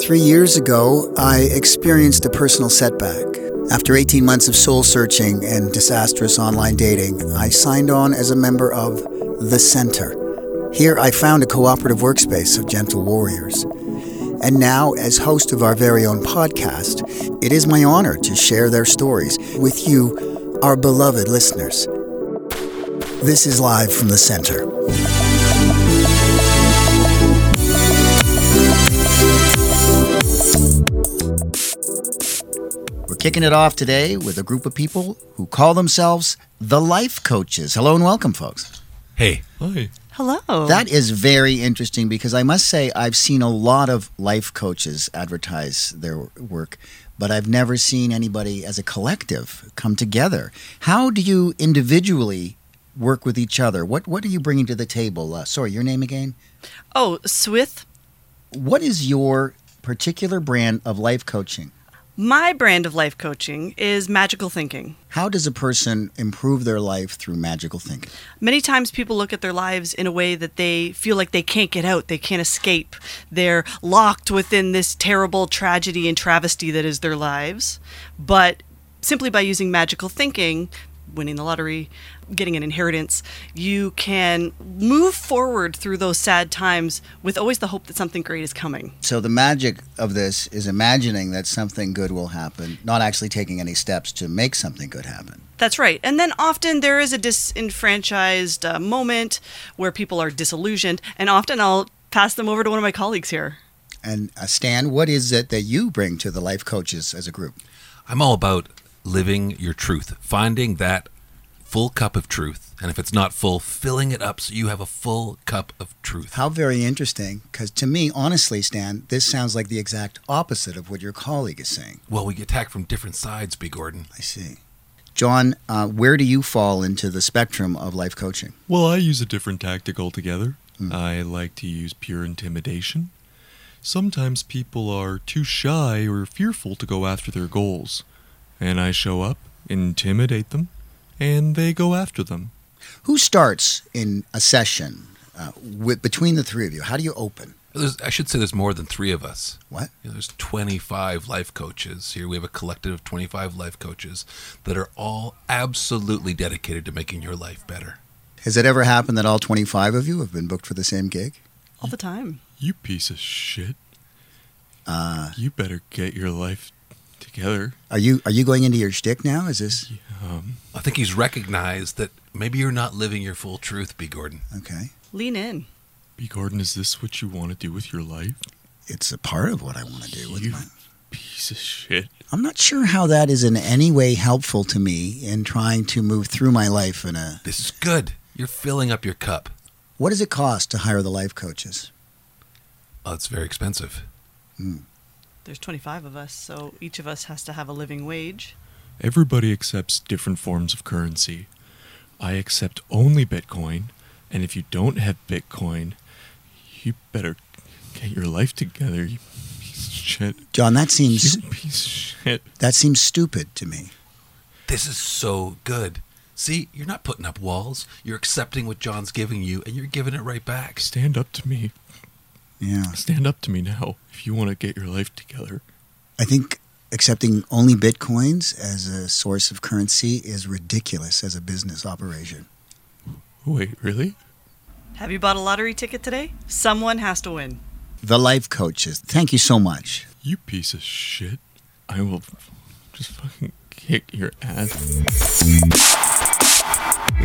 Three years ago, I experienced a personal setback. After 18 months of soul searching and disastrous online dating, I signed on as a member of The Center. Here, I found a cooperative workspace of gentle warriors. And now, as host of our very own podcast, it is my honor to share their stories with you, our beloved listeners. This is live from The Center. We're kicking it off today with a group of people who call themselves the Life Coaches. Hello and welcome, folks. Hey. Hello. That is very interesting because I must say I've seen a lot of life coaches advertise their work, but I've never seen anybody as a collective come together. How do you individually work with each other? What What are you bringing to the table? Uh, sorry, your name again? oh, Swith. What is your particular brand of life coaching? My brand of life coaching is magical thinking. How does a person improve their life through magical thinking? Many times people look at their lives in a way that they feel like they can't get out, they can't escape. They're locked within this terrible tragedy and travesty that is their lives. But simply by using magical thinking, winning the lottery, getting an inheritance, you can move forward through those sad times with always the hope that something great is coming. So the magic of this is imagining that something good will happen, not actually taking any steps to make something good happen. That's right. And then often there is a disenfranchised uh, moment where people are disillusioned, and often I'll pass them over to one of my colleagues here. And uh, Stan, what is it that you bring to the life coaches as a group? I'm all about living your truth, finding that full cup of truth. And if it's not full, filling it up so you have a full cup of truth. How very interesting, because to me, honestly, Stan, this sounds like the exact opposite of what your colleague is saying. Well, we attack from different sides, B. Gordon. I see. John, uh, where do you fall into the spectrum of life coaching? Well, I use a different tactic altogether. I like to use pure intimidation. Sometimes people are too shy or fearful to go after their goals, and I show up, intimidate them, and they go after them. Who starts in a session uh, with, between the three of you? How do you open? There's, I should say there's more than three of us. What? You know, there's 25 life coaches here. We have a collective of 25 life coaches that are all absolutely dedicated to making your life better. Has it ever happened that all 25 of you have been booked for the same gig? All the time. You piece of shit. Uh, you better get your life together. Are you are you going into your shtick now? Is this Um, I think he's recognized that maybe you're not living your full truth, B. Gordon. okay? Lean in. B. Gordon, is this what you want to do with your life? It's a part of what I want to do. With You my, piece of shit. I'm not sure how that is in any way helpful to me in trying to move through my life. In a This is good. You're filling up your cup. what does it cost to hire the life coaches? Oh, it's very expensive. There's 25 of us, so each of us has to have a living wage. Everybody accepts different forms of currency. I accept only Bitcoin, and if you don't have Bitcoin, you better get your life together, you piece of shit. John, that seems You piece of shit. that seems stupid to me. This is so good. See, you're not putting up walls. You're accepting what John's giving you and you're giving it right back. Stand up to me. Yeah, Stand up to me now if you want to get your life together. I think accepting only bitcoins as a source of currency is ridiculous as a business operation. Wait, really? Have you bought a lottery ticket today? Someone has to win. The life coaches. Thank you so much. You piece of shit. I will just fucking kick your ass.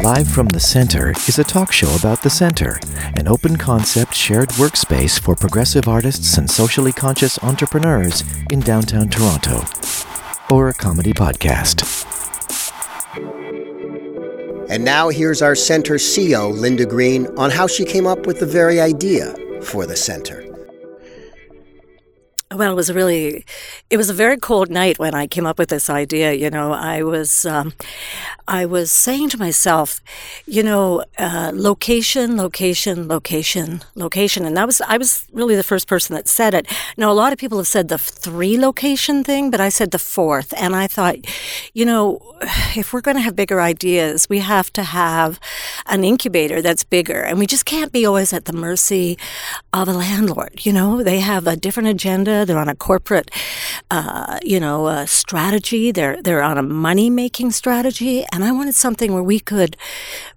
Live from the Center is a talk show about the Center, an open concept shared workspace for progressive artists and socially conscious entrepreneurs in downtown Toronto, or a comedy podcast. And now here's our center CEO, Linda Green, on how she came up with the very idea for the center. Well, it was really, it was a very cold night when I came up with this idea. You know, I was, um, I was saying to myself, you know, uh, location, location, location, location, and that was, I was really the first person that said it. Now, a lot of people have said the three location thing, but I said the fourth, and I thought, you know, if we're going to have bigger ideas, we have to have an incubator that's bigger, and we just can't be always at the mercy of a landlord. You know, they have a different agenda. They're on a corporate, uh, you know, uh, strategy. They're they're on a money making strategy. And I wanted something where we could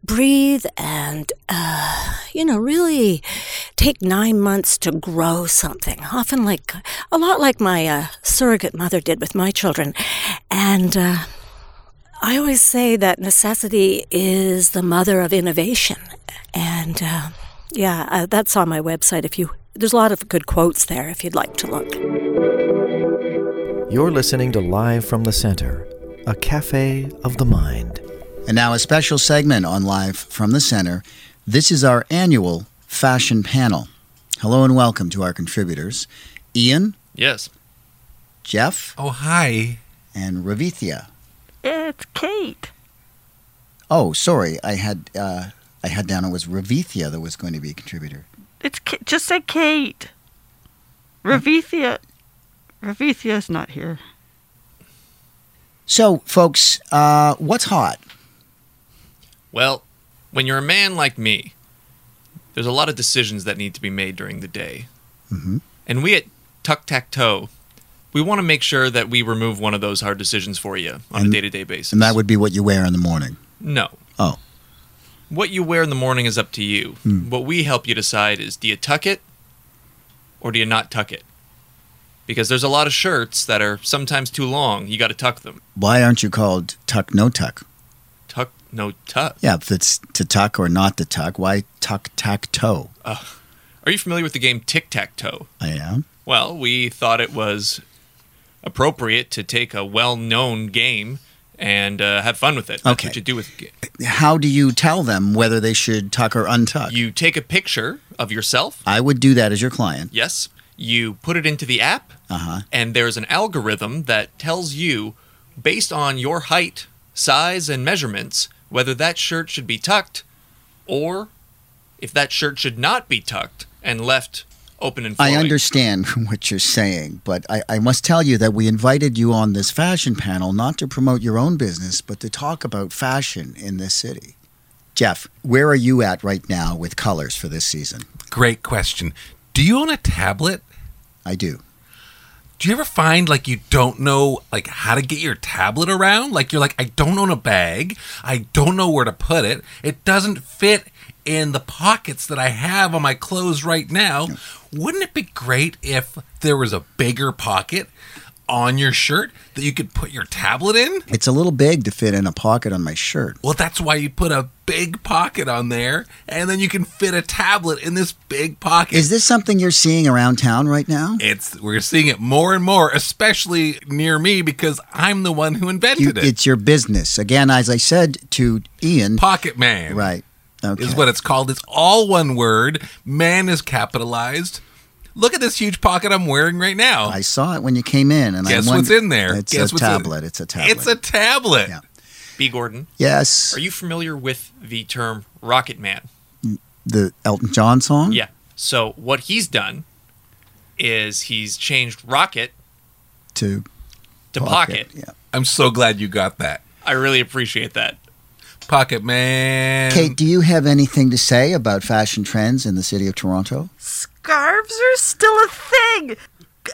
breathe and uh, you know really take nine months to grow something. Often like a lot like my uh, surrogate mother did with my children, and. uh, I always say that necessity is the mother of innovation, and uh, yeah, that's on my website. If you there's a lot of good quotes there if you'd like to look. You're listening to Live from the Center, a cafe of the mind. And now, a special segment on Live from the Center. This is our annual fashion panel. Hello and welcome to our contributors Ian. Yes. Jeff. Oh, hi. And Ravithia. It's Kate. Oh, sorry. I had uh, I had down it was Ravithia that was going to be a contributor. It's just say Kate. Ravithia. Ravithia's not here. So, folks, uh, what's hot? Well, when you're a man like me, there's a lot of decisions that need to be made during the day. Mm-hmm. And we at Tuck Tac Toe, we want to make sure that we remove one of those hard decisions for you on And- a day to day basis. And that would be what you wear in the morning. no. Oh, Hmm. What you wear in the morning is up to you. What we help you decide is do you tuck it or do you not tuck it? Because there's a lot of shirts that are sometimes too long. You got to tuck them. why aren't you called tuck no tuck? Tuck, no tuck. Yeah, if it's to tuck or not to tuck, why tuck tack toe? Are you familiar with the game tic tac toe? I am. Well, we thought it was appropriate to take a well-known game and uh, have fun with it. That's Okay. what you do with g- How do you tell them whether they should tuck or untuck? you take a picture of yourself. I would do that as your client. Yes, you put it into the app, Uh-huh. and there's an algorithm that tells you, based on your height, size, and measurements, whether that shirt should be tucked, or if that shirt should not be tucked and left open and flowing. I understand what you're saying, but I, I must tell you that we invited you on this fashion panel not to promote your own business, but to talk about fashion in this city. Jeff, where are you at right now with colors for this season? Great question. Do you own a tablet? I do. Do you ever find like you don't know like how to get your tablet around? Like you're like I don't own a bag. I don't know where to put it. It doesn't fit in the pockets that I have on my clothes right now. Wouldn't it be great if there was a bigger pocket on your shirt that you could put your tablet in? It's a little big to fit in a pocket on my shirt. Well, that's why you put a big pocket on there and then you can fit a tablet in this big pocket. Is this something you're seeing around town right now? It's we're seeing it more and more, especially near me because I'm the one who You- invented it. it's your business. Again, as I said to Ian, Pocket man, right. Okay. is what it's called. It's all one word. Man is capitalized. Look at this huge pocket I'm wearing right now. I saw it when you came in, and Guess I what's wondered- in there? It's Guess a what's in- tablet. It's a tablet. It's a tablet. Yeah. B. Gordon, yes. are you familiar with the term Rocket Man? the Elton John song. Yeah. So what he's done is he's changed Rocket To to Pocket. Yeah. I'm so glad you got that. I really appreciate that. Pocket man. Kate, do you have anything to say about fashion trends in the city of Toronto? Scarves are still a thing.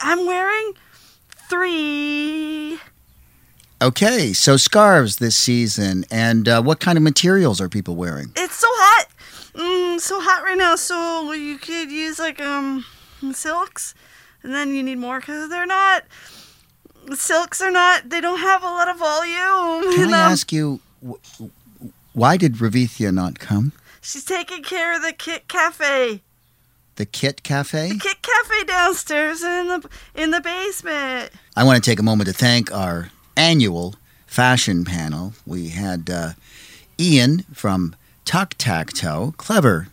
I'm wearing three. Okay, so scarves this season, and uh, what kind of materials are people wearing? It's so hot. Mm, so hot right now. So you could use like um silks, and then you need more because they're not. Silks are not. They don't have a lot of volume. Can and, I um, ask you, wh- wh- why did Ravithia not come? She's taking care of the Kit Cafe. The Kit Cafe? Kit Cafe downstairs in the in the basement. I want to take a moment to thank our annual fashion panel. We had uh, Ian from Tuck Tac Toe, clever.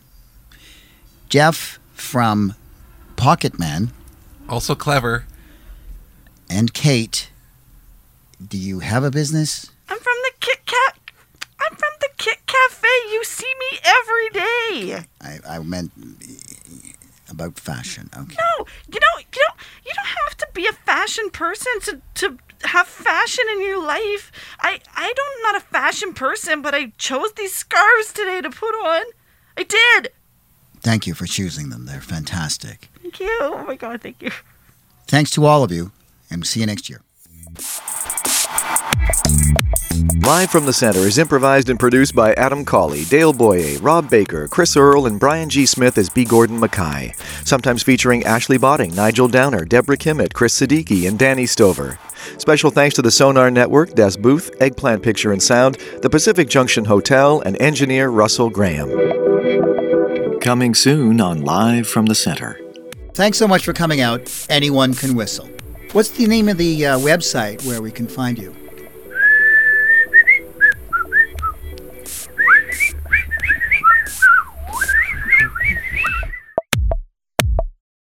Jeff from Pocket Man, Also clever. and Kate, do you have a business? I'm from the Kit Kat. I'm from the Kit Cafe. You see me every day. I, I meant about fashion. Okay. No, you don't. You don't. You don't have to be a fashion person to to have fashion in your life. I I don't. I'm not a fashion person, but I chose these scarves today to put on. I did. Thank you for choosing them. They're fantastic. Thank you. Oh my god. Thank you. Thanks to all of you, and see you next year. Live from the Center is improvised and produced by Adam Cawley, Dale Boye, Rob Baker, Chris Earle, and Brian G. Smith as B. Gordon Mackay. Sometimes featuring Ashley Botting, Nigel Downer, Deborah Kimmett, Chris Siddiqui, and Danny Stover. Special thanks to the Sonar Network, Des Booth, Eggplant Picture and Sound, the Pacific Junction Hotel, and engineer Russell Graham. Coming soon on Live from the Center. Thanks so much for coming out. Anyone can whistle. What's the name of the uh, website where we can find you?